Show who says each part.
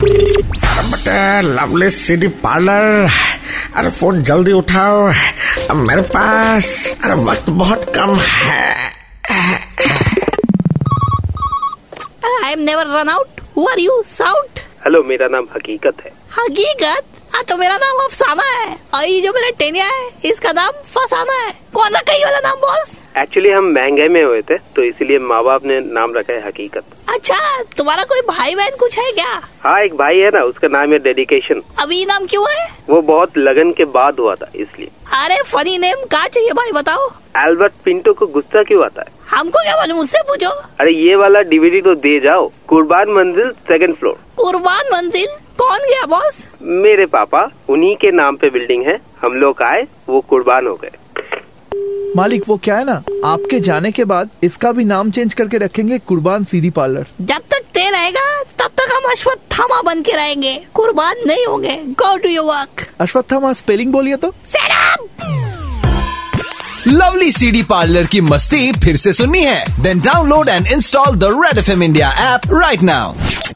Speaker 1: अरे बटे lovely city parlour अरे फोन जल्दी उठाओ अब मेरे पास अरे वक्त बहुत कम है
Speaker 2: I am never run out who are you shout
Speaker 3: hello मेरा नाम हकीकत है
Speaker 2: हकीकत हाँ तो मेरा नाम अफसाना है और ये जो मेरा टेनिया है इसका नाम फसाना है कौन रखा ये वाला नाम बॉस
Speaker 3: एक्चुअली हम महंगे में हुए थे तो इसीलिए माँ बाप ने नाम रखा है हकीकत
Speaker 2: अच्छा तुम्हारा कोई भाई बहन कुछ है क्या
Speaker 3: हाँ एक भाई है ना उसका नाम है डेडिकेशन
Speaker 2: अभी ये नाम क्यों है
Speaker 3: वो बहुत लगन के बाद हुआ था इसलिए
Speaker 2: अरे फनी नेम कहा चाहिए भाई बताओ
Speaker 3: एल्बर्ट पिंटो को गुस्सा क्यों आता है
Speaker 2: हमको क्या मालूम मुझसे पूछो
Speaker 3: अरे ये वाला डीवीडी तो दे जाओ कुर्बान मंजिल सेकंड फ्लोर
Speaker 2: कुर्बान मंजिल कौन गया बॉस
Speaker 3: मेरे पापा उन्हीं के नाम पे बिल्डिंग है हम लोग आए वो कुर्बान हो गए
Speaker 4: मालिक वो क्या है ना आपके जाने के बाद इसका भी नाम चेंज करके रखेंगे कुर्बान सीडी पार्लर
Speaker 2: जब तक ते रहेगा तब तक हम अश्वत्थामा बन के रहेंगे कुर्बान नहीं होंगे go to your work
Speaker 4: Ashwatthama spelling बोलिए तो
Speaker 5: लवली सीडी पार्लर की मस्ती फिर से सुननी है then download and install the red F India app right now